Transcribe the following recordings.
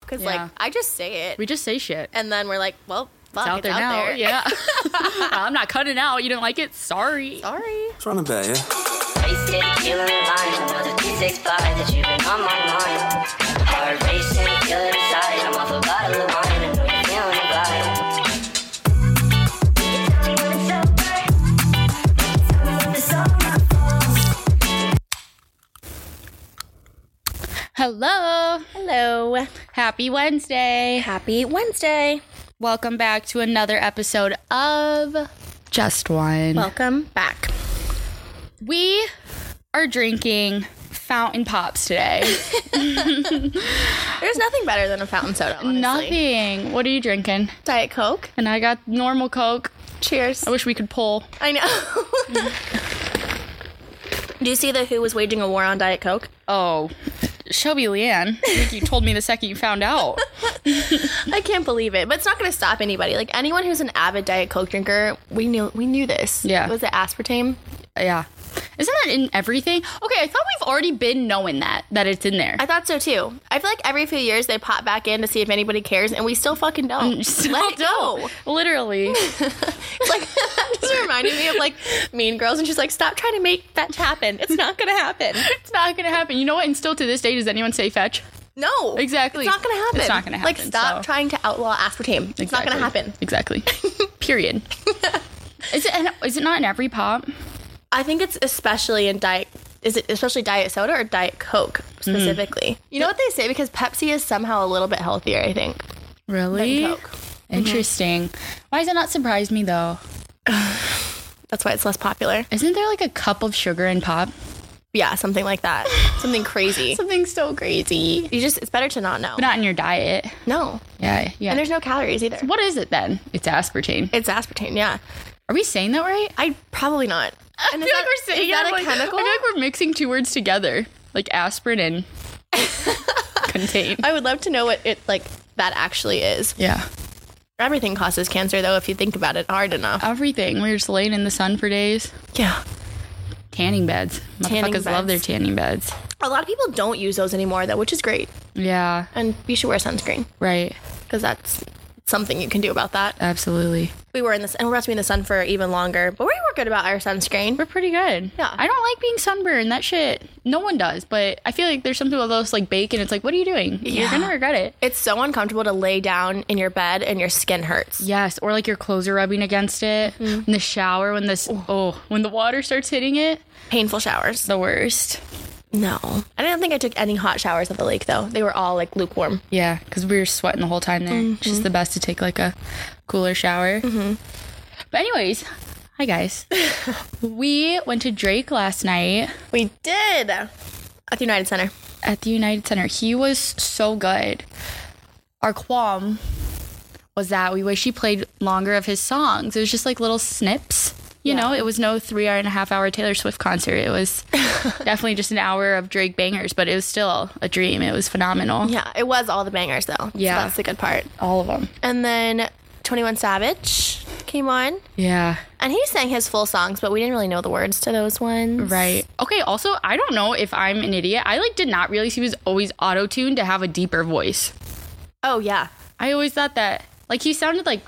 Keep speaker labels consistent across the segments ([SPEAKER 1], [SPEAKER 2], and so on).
[SPEAKER 1] because
[SPEAKER 2] Yeah.
[SPEAKER 1] like I just say it,
[SPEAKER 2] We just say shit.
[SPEAKER 1] and then we're like, well, fuck,
[SPEAKER 2] It's out there now. Yeah. I'm not cutting it out. You don't like it? Sorry.
[SPEAKER 1] Sorry.
[SPEAKER 3] Trying to bet, yeah?
[SPEAKER 4] Wasted human mind, another 365 that you've been on my mind. Heart racing, feeling inside. I'm off a bottle of wine, I know you're feeling the vibe. You tell me when it's over. Tell me when it's over.
[SPEAKER 2] Hello.
[SPEAKER 5] Hello.
[SPEAKER 2] Happy Wednesday.
[SPEAKER 5] Happy Wednesday.
[SPEAKER 2] Welcome back to another episode of Just One.
[SPEAKER 5] Welcome back.
[SPEAKER 2] we are drinking fountain pops today.
[SPEAKER 1] There's nothing better than a fountain soda. Honestly.
[SPEAKER 2] Nothing. What are you drinking?
[SPEAKER 1] Diet Coke.
[SPEAKER 2] And I got normal Coke.
[SPEAKER 1] Cheers.
[SPEAKER 2] I wish we could pull.
[SPEAKER 1] I know. Do you see that who was waging a war on Diet Coke?
[SPEAKER 2] Oh, Shelby Leanne. I think you told me the second you found out.
[SPEAKER 1] I can't believe it, but it's not going to stop anybody. Like anyone who's an avid Diet Coke drinker, we knew we knew this.
[SPEAKER 2] Yeah.
[SPEAKER 1] Was it aspartame?
[SPEAKER 2] Yeah. Isn't that in everything? Okay, I thought we've already been knowing that, that it's in there.
[SPEAKER 1] I thought so too. I feel like every few years they pop back in to see if anybody cares, and we still fucking don't.
[SPEAKER 2] Still
[SPEAKER 1] Let it
[SPEAKER 2] don't.
[SPEAKER 1] go.
[SPEAKER 2] Literally.
[SPEAKER 1] It's like that just reminded me of like Mean Girls, and she's like, "Stop trying to make that happen. It's not gonna happen.
[SPEAKER 2] it's not going to happen. You know what? And still to this day, does anyone say fetch?
[SPEAKER 1] No,
[SPEAKER 2] Exactly.
[SPEAKER 1] It's not gonna happen.
[SPEAKER 2] It's not gonna
[SPEAKER 1] Like,
[SPEAKER 2] happen,
[SPEAKER 1] stop
[SPEAKER 2] so-
[SPEAKER 1] trying to outlaw aspartame. It's not gonna happen.
[SPEAKER 2] Exactly. Period. is it? in- Is it not in every pop?
[SPEAKER 1] I think it's especially in diet. Is it especially diet soda or diet Coke specifically? You know what they say because Pepsi is somehow a little bit healthier. I think.
[SPEAKER 2] Really?
[SPEAKER 1] Coke.
[SPEAKER 2] Mm-hmm. Interesting. Why does it not surprise me though?
[SPEAKER 1] That's why it's less popular.
[SPEAKER 2] Isn't there like a cup of sugar in pop?
[SPEAKER 1] Yeah, something like that. Something crazy.
[SPEAKER 2] Something so crazy.
[SPEAKER 1] You just it's better to not know.
[SPEAKER 2] But not in your diet.
[SPEAKER 1] no.
[SPEAKER 2] Yeah. Yeah.
[SPEAKER 1] And there's no calories either.
[SPEAKER 2] what is it then? It's aspartame.
[SPEAKER 1] It's aspartame, yeah.
[SPEAKER 2] Are we saying that right?
[SPEAKER 1] I probably not. And is that- is that
[SPEAKER 2] I'm
[SPEAKER 1] a
[SPEAKER 2] like-
[SPEAKER 1] chemical?
[SPEAKER 2] I feel like we're mixing two words together, like aspirin and contain.
[SPEAKER 1] I would love to know what it like that actually is.
[SPEAKER 2] Yeah.
[SPEAKER 1] Everything causes cancer though if you think about it hard enough.
[SPEAKER 2] Everything. We were just laying in the sun for days.
[SPEAKER 1] Yeah.
[SPEAKER 2] Tanning beds. Motherfuckers
[SPEAKER 1] Tanning
[SPEAKER 2] love their
[SPEAKER 1] beds.
[SPEAKER 2] tanning beds.
[SPEAKER 1] A lot of people don't use those anymore though, which is great.
[SPEAKER 2] Yeah.
[SPEAKER 1] And you should wear sunscreen
[SPEAKER 2] Right.
[SPEAKER 1] because that's something you can do about that.
[SPEAKER 2] Absolutely.
[SPEAKER 1] We were in this and we're about to be in the sun for even longer, but we were good about our sunscreen.
[SPEAKER 2] We're pretty good.
[SPEAKER 1] Yeah.
[SPEAKER 2] I don't like being sunburned. That shit. No one does. But I feel like there's some people that just like bake and it's like, what are you doing? You're
[SPEAKER 1] Yeah.
[SPEAKER 2] gonna regret it.
[SPEAKER 1] It's so uncomfortable to lay down in your bed and your skin hurts.
[SPEAKER 2] Yes, or like your clothes are rubbing against it
[SPEAKER 1] Mm-hmm.
[SPEAKER 2] in the shower when this oh when the water starts hitting it,
[SPEAKER 1] Painful showers.
[SPEAKER 2] the worst.
[SPEAKER 1] No. I don't think I took any hot showers at the lake though. They were all like lukewarm.
[SPEAKER 2] Yeah, because we were sweating the whole time there. It's
[SPEAKER 1] Mm-hmm.
[SPEAKER 2] just the best to take like a cooler shower. But anyways, hi guys. we went to Drake last night
[SPEAKER 1] We did at the United Center.
[SPEAKER 2] at the United Center. He was so good. Our qualm was that we wish he played longer of his songs. It was just like little snips. You know, it was no three hour and a half hour Taylor Swift concert. It was definitely just an hour of Drake bangers, but it was still a dream. It was phenomenal.
[SPEAKER 1] Yeah, it was all the bangers though. So
[SPEAKER 2] Yeah.
[SPEAKER 1] that's the good part.
[SPEAKER 2] All of them.
[SPEAKER 1] And then 21 Savage came on
[SPEAKER 2] Yeah.
[SPEAKER 1] and he sang his full songs, but we didn't really know the words to those ones.
[SPEAKER 2] Right. Okay. Also, I don't know if I'm an idiot. I like did not realize he was always auto tuned to have a deeper voice.
[SPEAKER 1] Oh, yeah.
[SPEAKER 2] I always thought that like he sounded like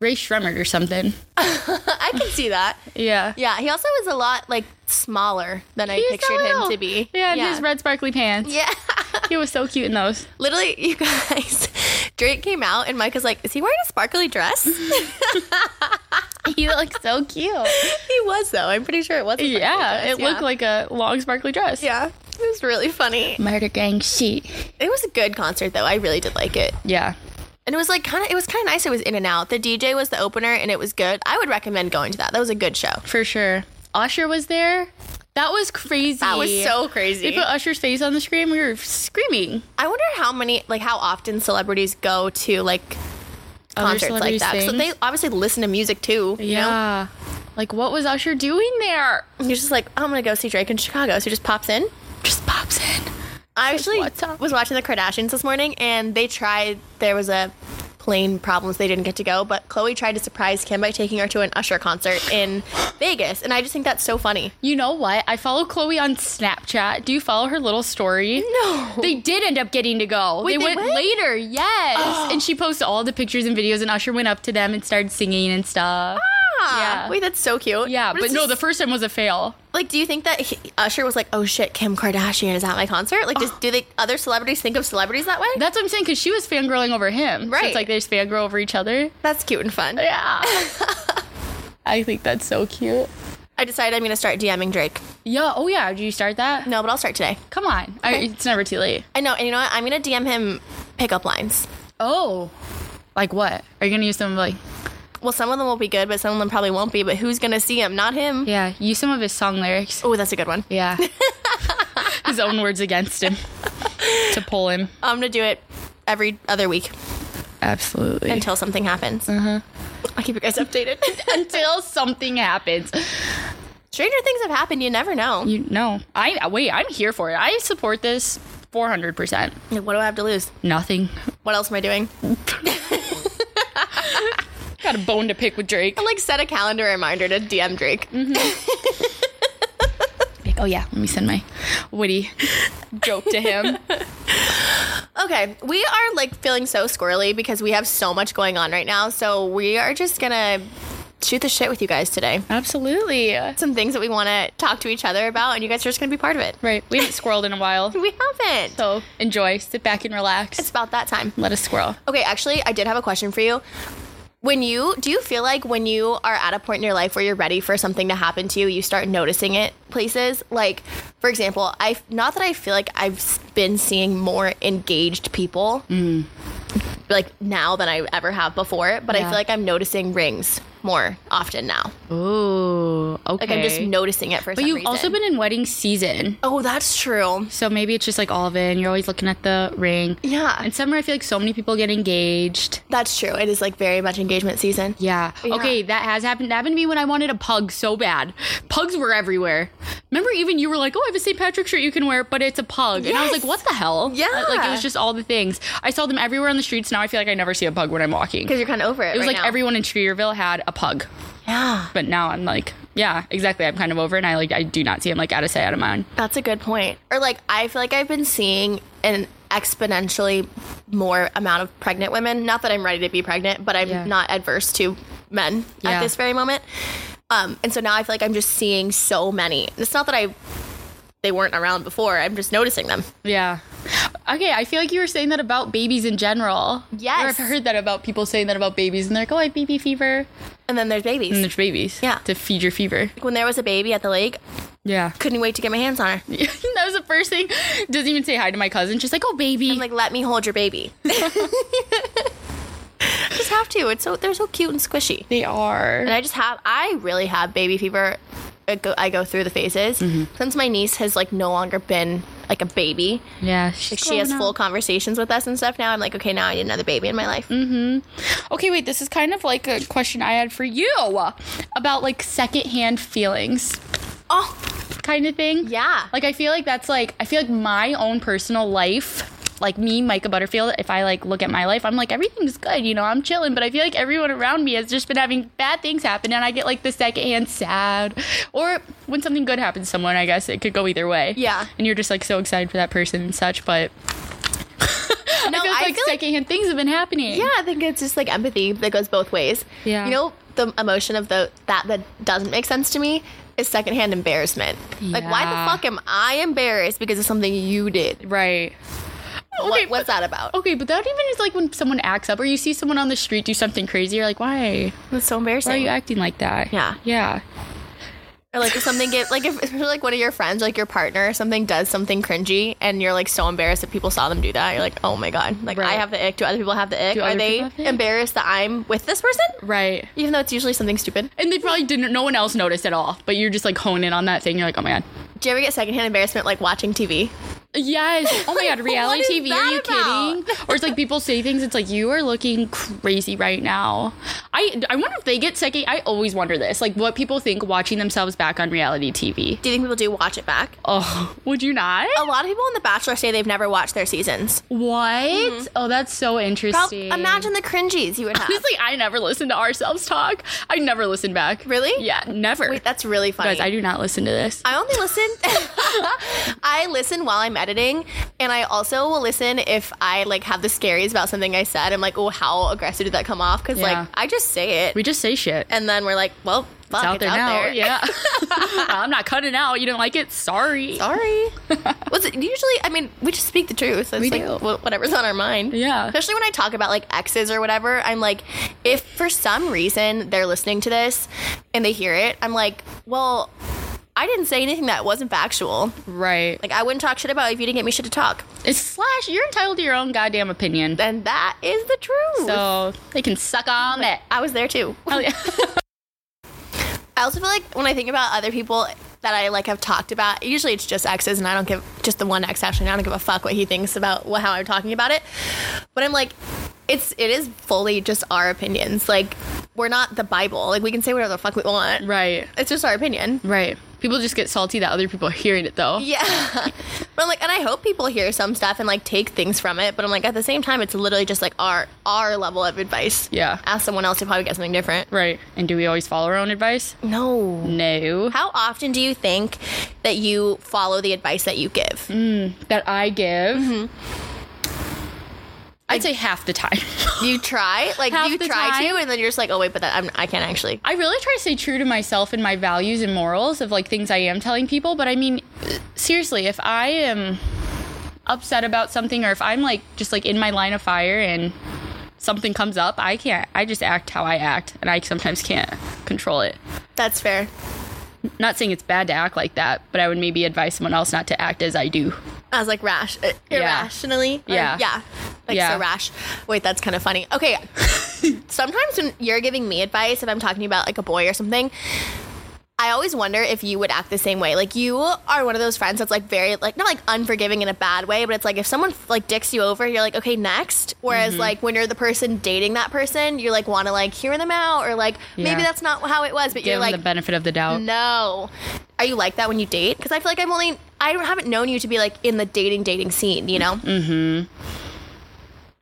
[SPEAKER 2] Ray Shremmerd or something.
[SPEAKER 1] I can see that.
[SPEAKER 2] Yeah.
[SPEAKER 1] Yeah, he also was a lot like smaller than I
[SPEAKER 2] He's so
[SPEAKER 1] pictured him
[SPEAKER 2] little.
[SPEAKER 1] to be.
[SPEAKER 2] Yeah, and his red sparkly pants.
[SPEAKER 1] Yeah.
[SPEAKER 2] He was so cute in those.
[SPEAKER 1] Literally, you guys, Drake came out and Mike was like, Is he wearing a sparkly dress? he
[SPEAKER 2] He looked so cute.
[SPEAKER 1] was, though. I'm pretty sure it was. a sparkly
[SPEAKER 2] yeah,
[SPEAKER 1] dress,
[SPEAKER 2] it looked like a long sparkly dress.
[SPEAKER 1] Yeah. It was really funny.
[SPEAKER 2] Murder gang shit.
[SPEAKER 1] It was a good concert though. I really did like it.
[SPEAKER 2] Yeah.
[SPEAKER 1] And it was like kind of it was kind of nice. It was in and out. The DJ was the opener and it was good. I would recommend going to that. That was a good show.
[SPEAKER 2] For sure. Usher was there. That was crazy.
[SPEAKER 1] That was so
[SPEAKER 2] They
[SPEAKER 1] crazy.
[SPEAKER 2] put Usher's face on the screen. We were screaming.
[SPEAKER 1] I wonder how many like how often celebrities go to like concerts like
[SPEAKER 2] celebrities'
[SPEAKER 1] that. So they
[SPEAKER 2] things.
[SPEAKER 1] obviously listen to music too, you know?
[SPEAKER 2] Yeah. Like, what was Usher doing there?
[SPEAKER 1] You're just like, "Oh, I'm going to go see Drake in Chicago." So he just pops in.
[SPEAKER 2] Just pops in.
[SPEAKER 1] I actually
[SPEAKER 2] what's up?
[SPEAKER 1] was watching the Kardashians this morning and they tried there was a plane problems they didn't get to go, but Chloe tried to surprise Kim by taking her to an Usher concert in Vegas, and I just think that's so funny.
[SPEAKER 2] You know what? I follow Chloe on Snapchat. Do you follow her little story?
[SPEAKER 1] No.
[SPEAKER 2] They did end up getting to go.
[SPEAKER 1] Wait, they
[SPEAKER 2] went,
[SPEAKER 1] went? Oh.
[SPEAKER 2] later, yes. And she posted all the pictures and videos, and Usher went up to them and started singing and stuff.
[SPEAKER 1] Ah,
[SPEAKER 2] Yeah.
[SPEAKER 1] Wait, that's so cute.
[SPEAKER 2] Yeah,
[SPEAKER 1] What is
[SPEAKER 2] but no,
[SPEAKER 1] this-
[SPEAKER 2] the first time was a fail.
[SPEAKER 1] like, do you think that he, Usher was like, "Oh shit, Kim Kardashian is at my concert"? Like, just, do the other celebrities think of celebrities that way?
[SPEAKER 2] That's what I'm saying because she was fangirling over him. So
[SPEAKER 1] Right.
[SPEAKER 2] it's like they just fangirl over each other.
[SPEAKER 1] that's cute and fun.
[SPEAKER 2] Yeah. I think that's so cute.
[SPEAKER 1] I decided I'm gonna start DMing Drake.
[SPEAKER 2] Yeah. Oh, yeah. Did you start that?
[SPEAKER 1] No, but I'll start today.
[SPEAKER 2] Come on. I, it's never too late.
[SPEAKER 1] I know, and you know what? I'm gonna DM him pickup lines.
[SPEAKER 2] Oh. Like what? Are you gonna use some of, like?
[SPEAKER 1] Well, some of them will be good, but some of them probably won't be. But who's gonna see him? Not him.
[SPEAKER 2] Yeah. Use some of his song lyrics.
[SPEAKER 1] Oh, that's a good one.
[SPEAKER 2] Yeah. his own words against him to pull him.
[SPEAKER 1] I'm gonna do it every other week
[SPEAKER 2] Absolutely. Until,
[SPEAKER 1] until something happens. Uh-huh. I'll keep you guys updated.
[SPEAKER 2] something happens.
[SPEAKER 1] Stranger things have happened. You never know.
[SPEAKER 2] You know. I wait. I'm here for it. I support this 400. percent
[SPEAKER 1] Like, what do I have to lose?
[SPEAKER 2] Nothing.
[SPEAKER 1] What else am I doing?
[SPEAKER 2] Got a bone to pick with Drake.
[SPEAKER 1] Like set a calendar reminder to DM Drake.
[SPEAKER 2] Like, oh yeah, let me send my witty joke to him.
[SPEAKER 1] Okay, we are like feeling so squirrely because we have so much going on right now. So we are just gonna shoot the shit with you guys today.
[SPEAKER 2] Absolutely.
[SPEAKER 1] Some things that we want to talk to each other about, and you guys are just gonna be part of it.
[SPEAKER 2] Right. We haven't squirreled in a while.
[SPEAKER 1] We haven't.
[SPEAKER 2] So enjoy. Sit back and relax.
[SPEAKER 1] It's about that time.
[SPEAKER 2] Let us squirrel.
[SPEAKER 1] Okay, actually, I did have a question for you. When you do you feel like when you are at a point in your life where you're ready for something to happen to you, you start noticing it places? Like, for example, I not that I feel like I've s- been seeing more engaged people
[SPEAKER 2] Mm.
[SPEAKER 1] like now than I ever have before, but I
[SPEAKER 2] Yeah.
[SPEAKER 1] feel like I'm noticing rings more often now.
[SPEAKER 2] Ooh. Okay.
[SPEAKER 1] Like I'm just noticing it for
[SPEAKER 2] But
[SPEAKER 1] some
[SPEAKER 2] you've
[SPEAKER 1] reason.
[SPEAKER 2] also been in wedding season.
[SPEAKER 1] Oh, that's true.
[SPEAKER 2] So maybe it's just like all of it and you're always looking at the ring.
[SPEAKER 1] Yeah.
[SPEAKER 2] In summer I feel like so many people get engaged.
[SPEAKER 1] That's true. It is like very much engagement season.
[SPEAKER 2] Yeah.
[SPEAKER 1] Yeah.
[SPEAKER 2] Okay, that has happened. That happened to me when I wanted a pug so bad. Pugs were everywhere. Remember, even you were like, "Oh, I have a St. Patrick shirt you can wear, but it's a pug," and I was
[SPEAKER 1] Yes.
[SPEAKER 2] like, "What the hell?"
[SPEAKER 1] Yeah.
[SPEAKER 2] Uh, Like it was just all the things. I saw them everywhere on the streets. Now I feel like I never see a pug when I'm walking.
[SPEAKER 1] Because
[SPEAKER 2] It
[SPEAKER 1] you're kind of over it.
[SPEAKER 2] was
[SPEAKER 1] right
[SPEAKER 2] like
[SPEAKER 1] now.
[SPEAKER 2] everyone in Streeterville had a pug,
[SPEAKER 1] Yeah.
[SPEAKER 2] but now I'm like, yeah, exactly. I'm kind of over, it, and I like I do not see him like out of sight, out of mind.
[SPEAKER 1] That's a good point. Or like I feel like I've been seeing an exponentially more amount of pregnant women. Not that I'm ready to be pregnant, but I'm
[SPEAKER 2] Yeah.
[SPEAKER 1] not adverse to men
[SPEAKER 2] Yeah.
[SPEAKER 1] at this very moment. Um, and so now I feel like I'm just seeing so many. It's not that I they weren't around before. I'm just noticing them.
[SPEAKER 2] Yeah. Okay, I feel like you were saying that about babies in general.
[SPEAKER 1] Yes.
[SPEAKER 2] Or I've heard that about people saying that about babies, and they're like, "Oh, I have baby fever,"
[SPEAKER 1] And then there's babies.
[SPEAKER 2] and there's babies.
[SPEAKER 1] Yeah.
[SPEAKER 2] To feed your fever.
[SPEAKER 1] When there was a baby at the lake,
[SPEAKER 2] Yeah.
[SPEAKER 1] couldn't wait to get my hands on her.
[SPEAKER 2] that was the first thing. Doesn't even say hi to my cousin. She's like, "Oh, baby."
[SPEAKER 1] I'm like, let me hold your baby. just have to. It's so they're so cute and squishy.
[SPEAKER 2] they are.
[SPEAKER 1] And I just have, I really have baby fever. I go, I go through the phases.
[SPEAKER 2] Mm-hmm.
[SPEAKER 1] Since my niece has like no longer been like a baby,
[SPEAKER 2] yeah,
[SPEAKER 1] like she has full conversations with us and stuff now. I'm like, okay, now I need another baby in my life.
[SPEAKER 2] Mm-hmm. Okay, wait. This is kind of like a question I had for you about like secondhand feelings,
[SPEAKER 1] Oh,
[SPEAKER 2] kind of thing.
[SPEAKER 1] Yeah.
[SPEAKER 2] Like I feel like that's like I feel like my own personal life. Like me, Micah Butterfield, if I like look at my life, I'm like everything's good, you know, I'm chilling. But I feel like everyone around me has just been having bad things happen, and I get like the secondhand sad, or when something good happens to someone, I guess it could go either way.
[SPEAKER 1] Yeah.
[SPEAKER 2] and you're just like so excited for that person and such. But
[SPEAKER 1] no,
[SPEAKER 2] I feel like secondhand things have been happening.
[SPEAKER 1] yeah, I think it's just like empathy that goes both ways.
[SPEAKER 2] Yeah.
[SPEAKER 1] You know, the emotion of the that that doesn't make sense to me is secondhand embarrassment. Like, why
[SPEAKER 2] Yeah.
[SPEAKER 1] the fuck am I embarrassed because of something you did?
[SPEAKER 2] Right.
[SPEAKER 1] What-
[SPEAKER 2] Okay, oh,
[SPEAKER 1] what's that about?
[SPEAKER 2] Okay, but that even is like when someone acts up or you see someone on the street do something crazy, you're like, why?
[SPEAKER 1] It's so
[SPEAKER 2] Why are
[SPEAKER 1] embarrassing.
[SPEAKER 2] you acting like that?
[SPEAKER 1] Yeah.
[SPEAKER 2] Yeah.
[SPEAKER 1] Or like if something get like if like one of your friends, like your partner, or something does something cringy, and you're like so embarrassed that people saw them do that. You're like, oh my god, like I
[SPEAKER 2] Right.
[SPEAKER 1] have the ick. Do other people have the ick?
[SPEAKER 2] Do
[SPEAKER 1] Are
[SPEAKER 2] other people
[SPEAKER 1] they
[SPEAKER 2] have the ick?
[SPEAKER 1] embarrassed that I'm with this person?
[SPEAKER 2] Right.
[SPEAKER 1] Even though it's usually something stupid.
[SPEAKER 2] And they probably didn't, no one else noticed at all, but you're just like honing in on that thing. You're like, oh my God.
[SPEAKER 1] Do you ever get secondhand embarrassment like watching TV?
[SPEAKER 2] Yes. Oh my god, reality
[SPEAKER 1] is
[SPEAKER 2] TV. Are
[SPEAKER 1] that
[SPEAKER 2] you
[SPEAKER 1] about?
[SPEAKER 2] kidding? Or it's like people say things. It's like you are looking crazy right now. I I wonder if they get second. I always wonder this, like what people think watching themselves back on reality TV.
[SPEAKER 1] Do you think people do watch it back?
[SPEAKER 2] Oh, would you not?
[SPEAKER 1] A lot of people on The Bachelor say they've never watched their seasons.
[SPEAKER 2] What? Oh, that's so
[SPEAKER 1] Mm-hmm. Prob-
[SPEAKER 2] interesting.
[SPEAKER 1] imagine the cringies you would have.
[SPEAKER 2] Honestly, I never listen to ourselves talk. I never listen back.
[SPEAKER 1] Really?
[SPEAKER 2] Yeah, never.
[SPEAKER 1] Wait, that's really funny.
[SPEAKER 2] Guys, I do not listen to this.
[SPEAKER 1] I only listen. I listen while I'm editing, and I also will listen if I like have the scaries about something I said. I'm like, oh, how aggressive did that come off? Because
[SPEAKER 2] Yeah.
[SPEAKER 1] like I just say it,
[SPEAKER 2] we just say shit.
[SPEAKER 1] and then we're like, well, fuck,
[SPEAKER 2] it's out there now.
[SPEAKER 1] there.
[SPEAKER 2] Yeah. I'm not cutting out. You didn't like it? Sorry.
[SPEAKER 1] Sorry. What's it, usually? I mean, we just speak the truth. It's
[SPEAKER 2] We
[SPEAKER 1] like
[SPEAKER 2] do.
[SPEAKER 1] wh- whatever's on our mind.
[SPEAKER 2] Yeah.
[SPEAKER 1] Especially when I talk about like exes or whatever, I'm like, if for some reason they're listening to this and they hear it, I'm like, well, I didn't say anything that wasn't factual.
[SPEAKER 2] Right.
[SPEAKER 1] Like I wouldn't talk shit about it if you didn't get me shit to talk.
[SPEAKER 2] It's slash. You're entitled to your own goddamn opinion.
[SPEAKER 1] And that is the truth.
[SPEAKER 2] So they can suck on it.
[SPEAKER 1] I was there too.
[SPEAKER 2] Hell yeah.
[SPEAKER 1] I also feel like when I think about other people that I like have talked about, usually it's just exes, and I don't give just the one ex actually. and I don't give a fuck what he thinks about what, how I'm talking about it. But I'm like, it's it is fully just our opinions. Like we're not the Bible. Like we can say whatever the fuck we want.
[SPEAKER 2] right.
[SPEAKER 1] It's just our opinion.
[SPEAKER 2] Right. People just get salty that other people are hearing it though.
[SPEAKER 1] Yeah. but I'm like, and I hope people hear some stuff and like take things from it. But I'm like, at the same time, it's literally just like our our level of advice.
[SPEAKER 2] Yeah.
[SPEAKER 1] Ask someone else to probably get something different.
[SPEAKER 2] Right. And do we always follow our own advice?
[SPEAKER 1] No.
[SPEAKER 2] No.
[SPEAKER 1] How often do you think that you follow the advice that you give?
[SPEAKER 2] Mm. That I give.
[SPEAKER 1] Mm-hmm.
[SPEAKER 2] I'd say half the time.
[SPEAKER 1] You try, like
[SPEAKER 2] Half
[SPEAKER 1] you
[SPEAKER 2] the
[SPEAKER 1] try
[SPEAKER 2] time.
[SPEAKER 1] to, and then you're just like, oh wait, but that I'm, I can't actually.
[SPEAKER 2] I really try to stay true to myself and my values and morals of like things I am telling people. But I mean, seriously, if I am upset about something or if I'm like just like in my line of fire and something comes up, I can't, I just act how I act and I sometimes can't control it.
[SPEAKER 1] That's fair.
[SPEAKER 2] Not saying it's bad to act like that, but I would maybe advise someone else not to act as I do.
[SPEAKER 1] I was like rash, uh,
[SPEAKER 2] Yeah.
[SPEAKER 1] irrationally. or-
[SPEAKER 2] Yeah.
[SPEAKER 1] yeah. Like
[SPEAKER 2] Yeah.
[SPEAKER 1] so rash. Wait, that's kind of funny. Okay. Sometimes when you're giving me advice, if I'm talking about like a boy or something, I always wonder if you would act the same way. Like you are one of those friends that's like very like not like unforgiving in a bad way, but it's like if someone like dicks you over, you're like okay next. Whereas
[SPEAKER 2] Mm-hmm.
[SPEAKER 1] like when you're the person dating that person, you're like want to like hear them out or like
[SPEAKER 2] Yeah.
[SPEAKER 1] maybe that's not how it was, but
[SPEAKER 2] Give
[SPEAKER 1] you're
[SPEAKER 2] them
[SPEAKER 1] like
[SPEAKER 2] the benefit of the doubt.
[SPEAKER 1] no. Are you like that when you date? Because I feel like I'm only I don't- haven't known you to be like in the dating dating scene. You know,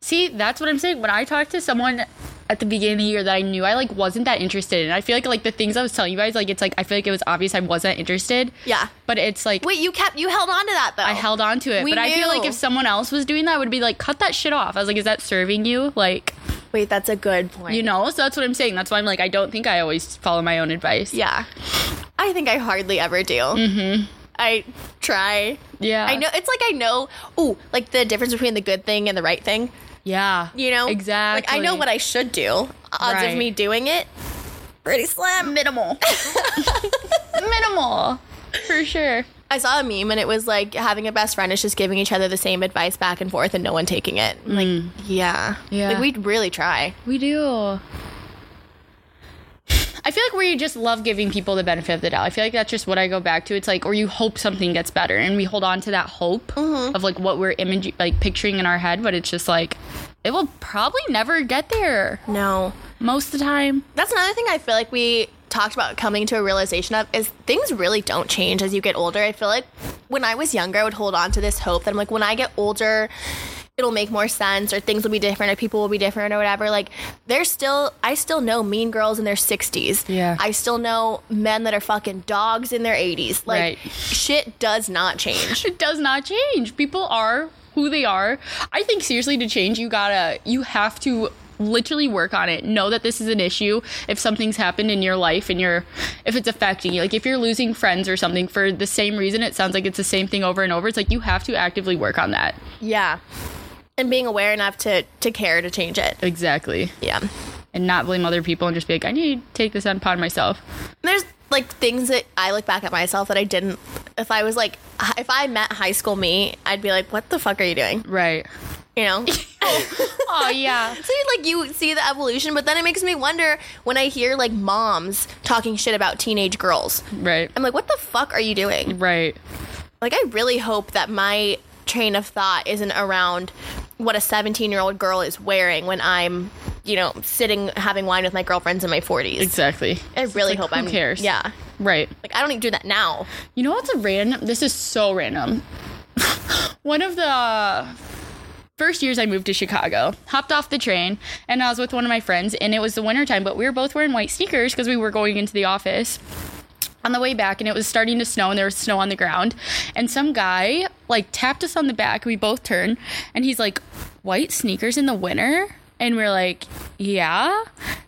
[SPEAKER 2] See, that's what I'm saying. When I talked to someone at the beginning of the year that I knew I like wasn't that interested in, I feel like like the things I was telling you guys, like it's like I feel like it was obvious I wasn't interested.
[SPEAKER 1] Yeah.
[SPEAKER 2] But it's like
[SPEAKER 1] wait, you kept you held on to that though.
[SPEAKER 2] I held on to it.
[SPEAKER 1] We
[SPEAKER 2] but I feel
[SPEAKER 1] knew.
[SPEAKER 2] like if someone else was doing that, I would be like, cut that shit off. I was like, is that serving you? Like,
[SPEAKER 1] Wait, that's a good point.
[SPEAKER 2] you know? So that's what I'm saying. That's why I'm like, I don't think I always follow my own advice.
[SPEAKER 1] yeah. I think I hardly ever do. Mm-hmm. I try.
[SPEAKER 2] Yeah.
[SPEAKER 1] I know it's like I know. Ooh, like the difference between the good thing and the right thing.
[SPEAKER 2] Yeah.
[SPEAKER 1] You know, Like
[SPEAKER 2] Exactly.
[SPEAKER 1] I know what I should do. Odds
[SPEAKER 2] Right.
[SPEAKER 1] of me doing it, pretty slim, minimal.
[SPEAKER 2] minimal. For sure.
[SPEAKER 1] I saw a meme and it was like having a best friend is just giving each other the same advice back and forth and no one taking it. I'm Like, yeah.
[SPEAKER 2] Yeah.
[SPEAKER 1] Like, we'd really try.
[SPEAKER 2] We do. I feel like we just love giving people the benefit of the doubt. I feel like that's just what I go back to. It's like, or you hope something gets better, and we hold on to that hope of like what we're image like picturing in our head, but it's just like it will probably never get there
[SPEAKER 1] No.
[SPEAKER 2] most of the time.
[SPEAKER 1] That's another thing I feel like we talked about coming to a realization of is things really don't change as you get older. I feel like when I was younger, I would hold on to this hope that I'm like, when I get older, it'll make more sense or things will be different or people will be different or whatever. Like, there's still, I still know mean girls in their 60s.
[SPEAKER 2] Yeah.
[SPEAKER 1] I still know men that are fucking dogs in their 80s. Like,
[SPEAKER 2] Right.
[SPEAKER 1] shit does not change.
[SPEAKER 2] It does not change. People are who they are. I think seriously to change, you gotta, you have to literally work on it. Know that this is an issue. If something's happened in your life and you're, if it's affecting you, like if you're losing friends or something for the same reason, it sounds like it's the same thing over and over. It's like you have to actively work on that.
[SPEAKER 1] Yeah. And being aware enough to to care to change it.
[SPEAKER 2] Exactly.
[SPEAKER 1] Yeah. And
[SPEAKER 2] And not blame other people and just be like, I need to take this on upon myself.
[SPEAKER 1] there's like things that I look back at myself that I didn't if I was like hi- if I met high school me, I'd be like, "What the fuck are you doing?"
[SPEAKER 2] Right.
[SPEAKER 1] You know?
[SPEAKER 2] Oh, yeah.
[SPEAKER 1] so you, like you see the evolution, but then it makes me wonder when I hear like moms talking shit about teenage girls.
[SPEAKER 2] right.
[SPEAKER 1] I'm like, "What the fuck are you doing?"
[SPEAKER 2] Right.
[SPEAKER 1] Like I really hope that my train of thought isn't around what a 17 year old girl is wearing when I'm, you know, sitting having wine with my girlfriends in my 40s.
[SPEAKER 2] Exactly.
[SPEAKER 1] I really
[SPEAKER 2] It's like,
[SPEAKER 1] hope
[SPEAKER 2] who
[SPEAKER 1] I'm.
[SPEAKER 2] cares?
[SPEAKER 1] Yeah.
[SPEAKER 2] Right.
[SPEAKER 1] Like I don't even do that now.
[SPEAKER 2] You know what's a random? This is so random. One of the first years I moved to Chicago, hopped off the train, and I was with one of my friends, and it was the wintertime, but we were both wearing white sneakers because we were going into the office on the way back and it was starting to snow and there was snow on the ground and some guy like tapped us on the back we both turned and he's like white sneakers in the winter and we're like yeah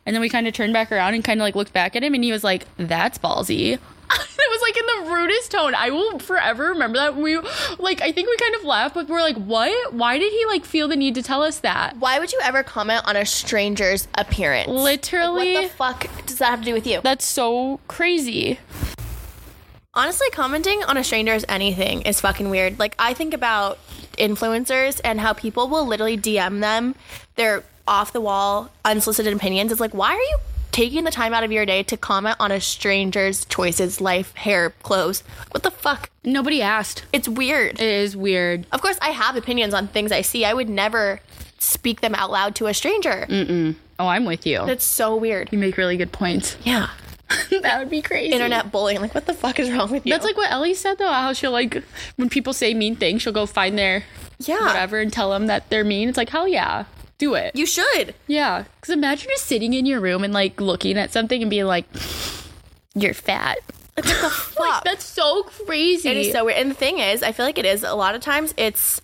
[SPEAKER 2] and then we kind of turned back around and kind of like looked back at him and he was like that's ballsy it was like in the rudest tone i will forever remember that we like i think we kind of laughed but we're like what why did he like feel the need to tell us that
[SPEAKER 1] Why would you ever comment on a stranger's appearance?
[SPEAKER 2] literally
[SPEAKER 1] What the fuck does that have to do with you?
[SPEAKER 2] that's so crazy
[SPEAKER 1] Honestly, commenting on a stranger as anything is fucking weird. Like, I think about influencers and how people will literally DM them their off the wall, unsolicited opinions. It's like, why are you taking the time out of your day to comment on a stranger's choices, life, hair, clothes? What the fuck?
[SPEAKER 2] nobody asked
[SPEAKER 1] It's weird.
[SPEAKER 2] it is weird
[SPEAKER 1] of course, I have opinions on things I see. I would never speak them out loud to a stranger.
[SPEAKER 2] Oh, I'm with you.
[SPEAKER 1] That's so weird.
[SPEAKER 2] you make really good points.
[SPEAKER 1] Yeah.
[SPEAKER 2] that would be crazy.
[SPEAKER 1] Internet bullying. Like, what the fuck is wrong with you?
[SPEAKER 2] That's like what Ellie said though. How she'll like when people say mean things, she'll go find their
[SPEAKER 1] yeah.
[SPEAKER 2] whatever and tell them that they're mean. It's like hell yeah, do it.
[SPEAKER 1] You should.
[SPEAKER 2] yeah, because imagine just sitting in your room and like looking at something and being like, "You're fat."
[SPEAKER 1] Like, what the fuck?
[SPEAKER 2] That's so crazy.
[SPEAKER 1] Uh, It is so weird. And the thing is, I feel like it is a lot of times it's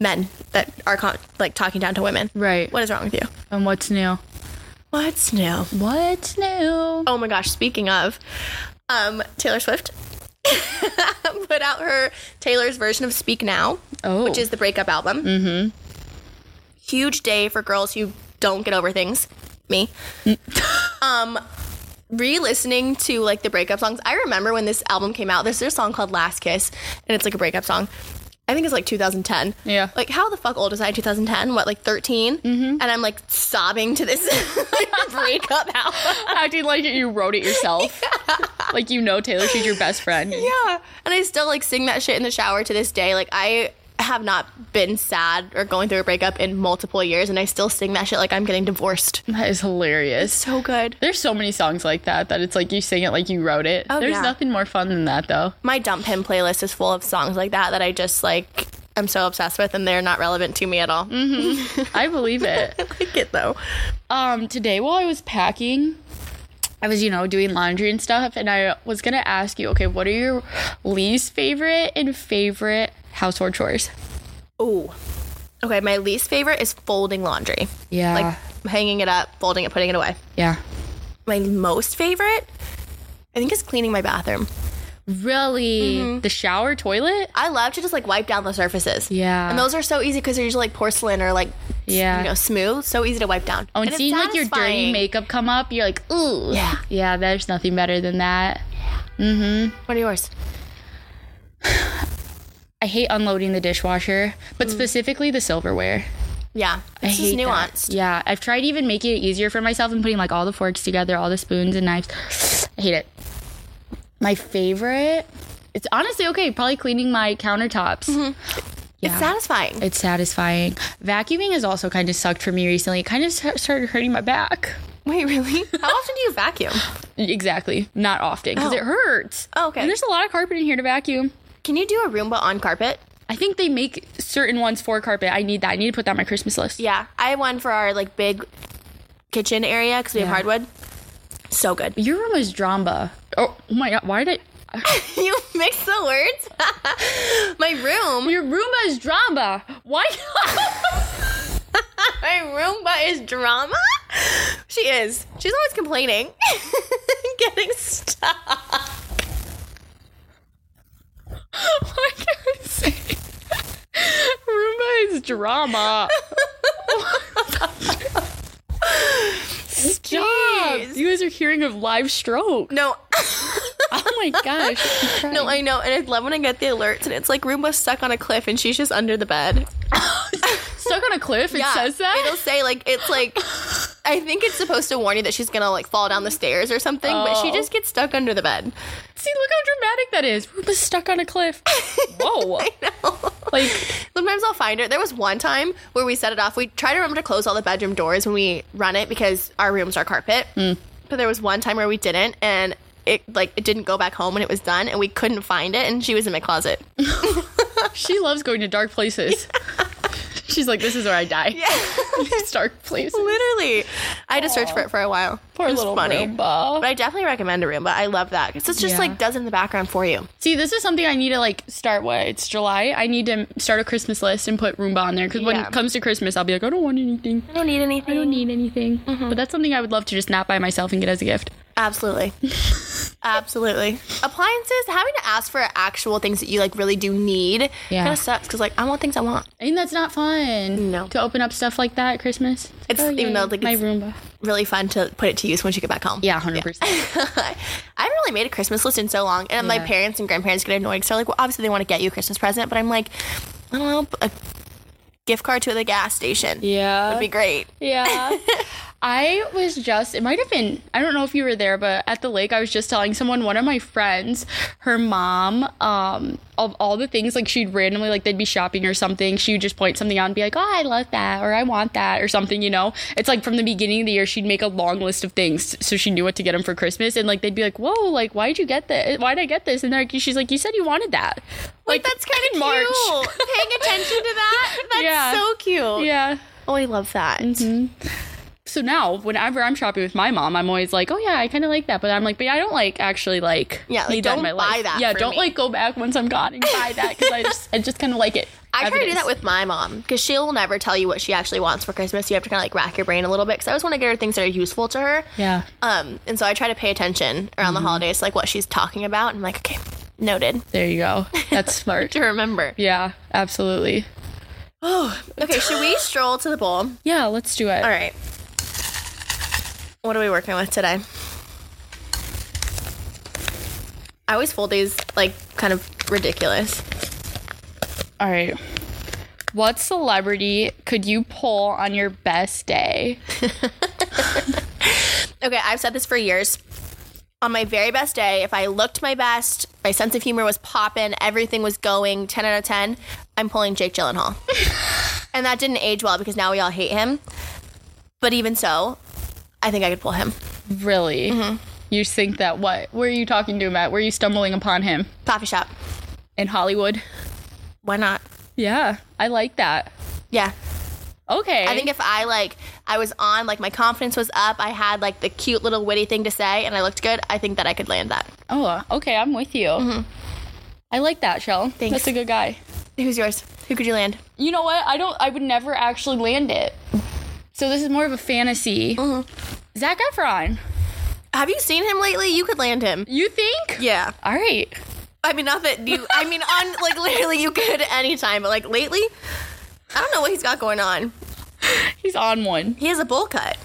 [SPEAKER 1] men that are con- like talking down to women.
[SPEAKER 2] Right.
[SPEAKER 1] What is wrong with you?
[SPEAKER 2] and what's new?
[SPEAKER 1] What's new?
[SPEAKER 2] What's new?
[SPEAKER 1] Oh my gosh, speaking of, um, Taylor Swift put out her Taylor's version of Speak Now,
[SPEAKER 2] Oh.
[SPEAKER 1] which is the breakup album. Mm-hmm. Huge day for girls who don't get over things. Me. um, re-listening to like the breakup songs. I remember when this album came out. There's there's a song called Last Kiss, and it's like a breakup song. I think it's like 2010.
[SPEAKER 2] Yeah. Mm-hmm.
[SPEAKER 1] Like, how the fuck old was I in 2010? What, like 13? And I'm like sobbing to this breakup album.
[SPEAKER 2] Acting like you wrote it yourself. like you know Taylor, she's your best friend. Yeah.
[SPEAKER 1] Yeah. And I still like sing that shit in the shower to this day. Like I have not been sad or going through a breakup in multiple years and I still sing that shit like I'm getting divorced.
[SPEAKER 2] That is hilarious.
[SPEAKER 1] So good.
[SPEAKER 2] There's so many songs like that that it's like you sing it like you wrote it.
[SPEAKER 1] Oh,
[SPEAKER 2] There's
[SPEAKER 1] yeah.
[SPEAKER 2] nothing more fun than that though.
[SPEAKER 1] My dump him playlist is full of songs like that that I just like I'm so obsessed with and they're not relevant to me at all.
[SPEAKER 2] I believe it.
[SPEAKER 1] like it Mm, though.
[SPEAKER 2] um today while I was packing, I was, you know, doing laundry and stuff and I was going to ask you, okay, what are your least favorite and favorite household chores?
[SPEAKER 1] Ooh. Okay, my least favorite is folding laundry.
[SPEAKER 2] Yeah.
[SPEAKER 1] Like hanging it up, folding it, putting it away.
[SPEAKER 2] yeah.
[SPEAKER 1] My most favorite I think is cleaning my bathroom.
[SPEAKER 2] Really? Mm-hmm. The shower toilet?
[SPEAKER 1] I love to just like wipe down the surfaces.
[SPEAKER 2] Yeah.
[SPEAKER 1] And those are so easy because they're usually like porcelain or like
[SPEAKER 2] Yeah.
[SPEAKER 1] yeah. you know, smooth. So easy to wipe down.
[SPEAKER 2] Oh, and,
[SPEAKER 1] it's
[SPEAKER 2] seeing like your dirty
[SPEAKER 1] satisfying.
[SPEAKER 2] makeup come up, you're like, ooh.
[SPEAKER 1] Yeah.
[SPEAKER 2] Yeah, there's nothing better than that.
[SPEAKER 1] What are yours?
[SPEAKER 2] I hate unloading the dishwasher, but
[SPEAKER 1] Mm.
[SPEAKER 2] specifically the silverware.
[SPEAKER 1] Yeah. It's
[SPEAKER 2] I
[SPEAKER 1] just
[SPEAKER 2] hate that.
[SPEAKER 1] nuanced.
[SPEAKER 2] Yeah, I've tried even making it easier for myself and putting like all the forks together, all the spoons and knives. I hate it. My favorite, it's honestly okay, probably cleaning my countertops. Yeah.
[SPEAKER 1] Mm-hmm. It's satisfying.
[SPEAKER 2] It's satisfying. Vacuuming has also kind of sucked for me recently. It kind of st- started hurting my back.
[SPEAKER 1] Wait, really? How often do you vacuum?
[SPEAKER 2] Exactly. Not often because
[SPEAKER 1] Oh.
[SPEAKER 2] it hurts.
[SPEAKER 1] Oh, okay.
[SPEAKER 2] And there's a lot of carpet in here to vacuum.
[SPEAKER 1] Can you do a Roomba on carpet?
[SPEAKER 2] I think they make certain ones for carpet. I need that. I need to put that on my Christmas list.
[SPEAKER 1] Yeah. I have one for our like big kitchen area because we
[SPEAKER 2] Yeah.
[SPEAKER 1] have hardwood. So good.
[SPEAKER 2] Your room is dramba. Oh, oh my god, why did I
[SPEAKER 1] you mix the words. my room.
[SPEAKER 2] Your Roomba is drama. Why?
[SPEAKER 1] My Roomba is drama. She is. She's always complaining, getting stuck.
[SPEAKER 2] Why can't I say? Roomba is drama. Stop!
[SPEAKER 1] Jeez.
[SPEAKER 2] You guys are hearing of live stroke.
[SPEAKER 1] No.
[SPEAKER 2] Oh my gosh!
[SPEAKER 1] No, I know, and I love when I get the alerts, and it's like Roomba stuck on a cliff, and she's just under the bed.
[SPEAKER 2] stuck on a cliff. It says that.
[SPEAKER 1] It'll say like it's like I think it's supposed to warn you that she's gonna like fall down the stairs or something, but she
[SPEAKER 2] Oh.
[SPEAKER 1] just gets stuck under the bed.
[SPEAKER 2] See, look how dramatic that is. Rupa's stuck on a cliff. Whoa. Like,
[SPEAKER 1] Sometimes I'll find her. There was one time where we set it off. We try to remember to close all the bedroom doors when we run it because our rooms are carpet. But there was one time where we didn't, and it like it didn't go back home when it was done, and we couldn't find it, and she was in my closet.
[SPEAKER 2] she loves going to dark places. She's like, this is where I die. These dark places.
[SPEAKER 1] Literally, I had to search for it for a while.
[SPEAKER 2] Poor
[SPEAKER 1] it was
[SPEAKER 2] little
[SPEAKER 1] funny.
[SPEAKER 2] Roomba.
[SPEAKER 1] But I definitely recommend a room. But I love that because it's just
[SPEAKER 2] Yeah.
[SPEAKER 1] like does it in the background for you.
[SPEAKER 2] See, this is something I need to like start. What it's July. I need to start a Christmas list and put Roomba on there because when
[SPEAKER 1] Yeah.
[SPEAKER 2] it comes to Christmas, I'll be like, I don't want anything.
[SPEAKER 1] I don't need anything.
[SPEAKER 2] I don't need anything.
[SPEAKER 1] Mm-hmm.
[SPEAKER 2] But that's something I would love to just not buy myself and get as a gift.
[SPEAKER 1] Absolutely. Absolutely. Appliances, having to ask for actual things that you like really do need
[SPEAKER 2] Yeah.
[SPEAKER 1] kind of sucks because like I want things I want.
[SPEAKER 2] I mean, that's not fun.
[SPEAKER 1] No.
[SPEAKER 2] To open up stuff like that at Christmas.
[SPEAKER 1] It's- even though, like,
[SPEAKER 2] my
[SPEAKER 1] it's-
[SPEAKER 2] Roomba.
[SPEAKER 1] Really fun to put it to use once you get back home.
[SPEAKER 2] Yeah, hundred percent.
[SPEAKER 1] I haven't really made a Christmas list in so long. And my
[SPEAKER 2] Yeah.
[SPEAKER 1] parents and grandparents get annoyed because they're like, well, obviously they want to get you a Christmas present, but I'm like, I don't know, a gift card to the gas station.
[SPEAKER 2] Yeah.
[SPEAKER 1] Would be great.
[SPEAKER 2] Yeah. I was just, it might have been, I don't know if you were there, but at the lake, I was just telling someone, one of my friends, her mom, um, of all the things, like she'd randomly, like they'd be shopping or something, she would just point something out and be like, oh, I love that, or I want that, or something, you know? It's like from the beginning of the year, she'd make a long list of things so she knew what to get them for Christmas. And like they'd be like, whoa, like, why'd you get this? Why'd I get this? And they're like, she's like, you said you wanted that.
[SPEAKER 1] Like, that's kind of
[SPEAKER 2] in
[SPEAKER 1] cute. Paying attention to that. That's
[SPEAKER 2] Yeah.
[SPEAKER 1] so cute.
[SPEAKER 2] Yeah.
[SPEAKER 1] Oh, I love that.
[SPEAKER 2] so now whenever I'm shopping with my mom, I'm always like, oh yeah, I kind of like that, but I'm like, but I don't like actually like
[SPEAKER 1] Yeah, like,
[SPEAKER 2] need that
[SPEAKER 1] don't
[SPEAKER 2] in my life.
[SPEAKER 1] buy that
[SPEAKER 2] Yeah,
[SPEAKER 1] for
[SPEAKER 2] don't
[SPEAKER 1] me.
[SPEAKER 2] like go back once I'm gone and buy that because I just I just kind of like it.
[SPEAKER 1] I
[SPEAKER 2] as
[SPEAKER 1] try
[SPEAKER 2] it
[SPEAKER 1] to do
[SPEAKER 2] is.
[SPEAKER 1] that with my mom because she'll never tell you what she actually wants for Christmas. You have to kind of like rack your brain a little bit because I always want to get her things that are useful to her.
[SPEAKER 2] yeah.
[SPEAKER 1] Um, and so I try to pay attention around the holidays, like what she's talking about. And I'm like, okay, noted
[SPEAKER 2] There you go. That's smart.
[SPEAKER 1] to remember.
[SPEAKER 2] yeah, absolutely.
[SPEAKER 1] Okay, should we stroll to the bowl? All
[SPEAKER 2] Yeah, let's do it.
[SPEAKER 1] right. What are we working with today? I always fold these like kind of ridiculous.
[SPEAKER 2] All right. What celebrity could you pull on your best day?
[SPEAKER 1] Okay, I've said this for years. On my very best day, if I looked my best, my sense of humor was popping, everything was going 10 out of 10, I'm pulling Jake Gyllenhaal. and that didn't age well because now we all hate him. But even so, I think I could pull him.
[SPEAKER 2] Really?
[SPEAKER 1] Mm-hmm.
[SPEAKER 2] You think that what? Were you talking to him at? Were you stumbling upon him
[SPEAKER 1] Coffee shop.
[SPEAKER 2] in Hollywood?
[SPEAKER 1] Why not?
[SPEAKER 2] Yeah, I like that.
[SPEAKER 1] Yeah.
[SPEAKER 2] Okay.
[SPEAKER 1] I think if I like, I was on, like, my confidence was up, I had like the cute little witty thing to say, and I looked good, I think that I could land that.
[SPEAKER 2] Oh, okay. I'm with you. Mm-hmm. I like that, Shell.
[SPEAKER 1] Thanks.
[SPEAKER 2] That's a good guy.
[SPEAKER 1] Who's yours? Who could you land?
[SPEAKER 2] You know what? I don't. I would never actually land it. So this is more of a fantasy. Zach Efron.
[SPEAKER 1] Have you seen him lately? You could land him.
[SPEAKER 2] You think?
[SPEAKER 1] Yeah.
[SPEAKER 2] All right.
[SPEAKER 1] I mean, not that you. I mean, on like literally, you could anytime, but like lately, I don't know what he's got going on.
[SPEAKER 2] He's on one.
[SPEAKER 1] He has a bowl cut.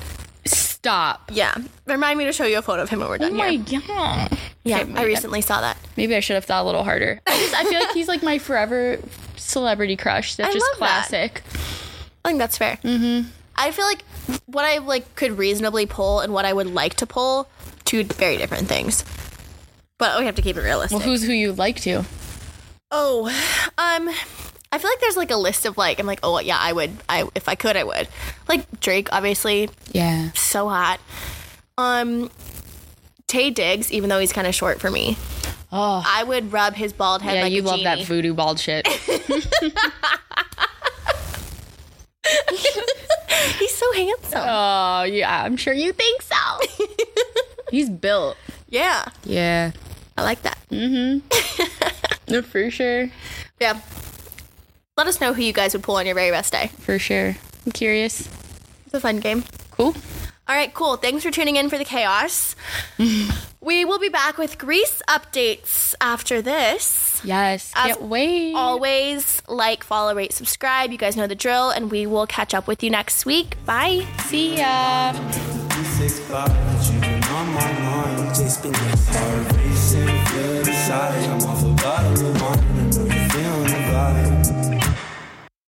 [SPEAKER 2] Stop.
[SPEAKER 1] Yeah, remind me to show you a photo of him when we're done
[SPEAKER 2] Oh
[SPEAKER 1] here.
[SPEAKER 2] my god.
[SPEAKER 1] yeah,
[SPEAKER 2] Okay,
[SPEAKER 1] I recently saw that.
[SPEAKER 2] Maybe I should have thought a little harder. I just. I feel like he's like my forever celebrity crush. That's
[SPEAKER 1] I
[SPEAKER 2] just
[SPEAKER 1] love that.
[SPEAKER 2] classic.
[SPEAKER 1] I think that's fair. Mm-hmm. I feel like what I like could reasonably pull and what I would like to pull, two very different things. But we have to keep it realistic.
[SPEAKER 2] Well, who's who you like to?
[SPEAKER 1] Oh, um, I feel like there's like a list of like I'm like oh yeah I would I if I could I would like Drake obviously
[SPEAKER 2] Yeah.
[SPEAKER 1] so hot. Um, Tay Diggs, even though he's kind of short for me,
[SPEAKER 2] Oh.
[SPEAKER 1] I would rub his bald head.
[SPEAKER 2] Yeah,
[SPEAKER 1] like
[SPEAKER 2] you
[SPEAKER 1] a
[SPEAKER 2] love that
[SPEAKER 1] genie.
[SPEAKER 2] voodoo bald shit.
[SPEAKER 1] He's so handsome.
[SPEAKER 2] Oh yeah, I'm sure you think so. He's built.
[SPEAKER 1] yeah,
[SPEAKER 2] Yeah.
[SPEAKER 1] I like that.
[SPEAKER 2] No, for sure.
[SPEAKER 1] Yeah. Let us know who you guys would pull on your very best day.
[SPEAKER 2] For sure. I'm curious.
[SPEAKER 1] It's a fun game.
[SPEAKER 2] Cool.
[SPEAKER 1] All right, cool. Thanks for tuning in for the chaos. we will be back with Greece updates after this.
[SPEAKER 2] Yes.
[SPEAKER 1] As
[SPEAKER 2] Can't wait.
[SPEAKER 1] Always like, follow, rate, subscribe. You guys know the drill, and we will catch up with you next week. Bye.
[SPEAKER 2] See ya.
[SPEAKER 3] Six five, but you been on my mind. Just been your heart racing, feel inside. I'm off a bottle of wine.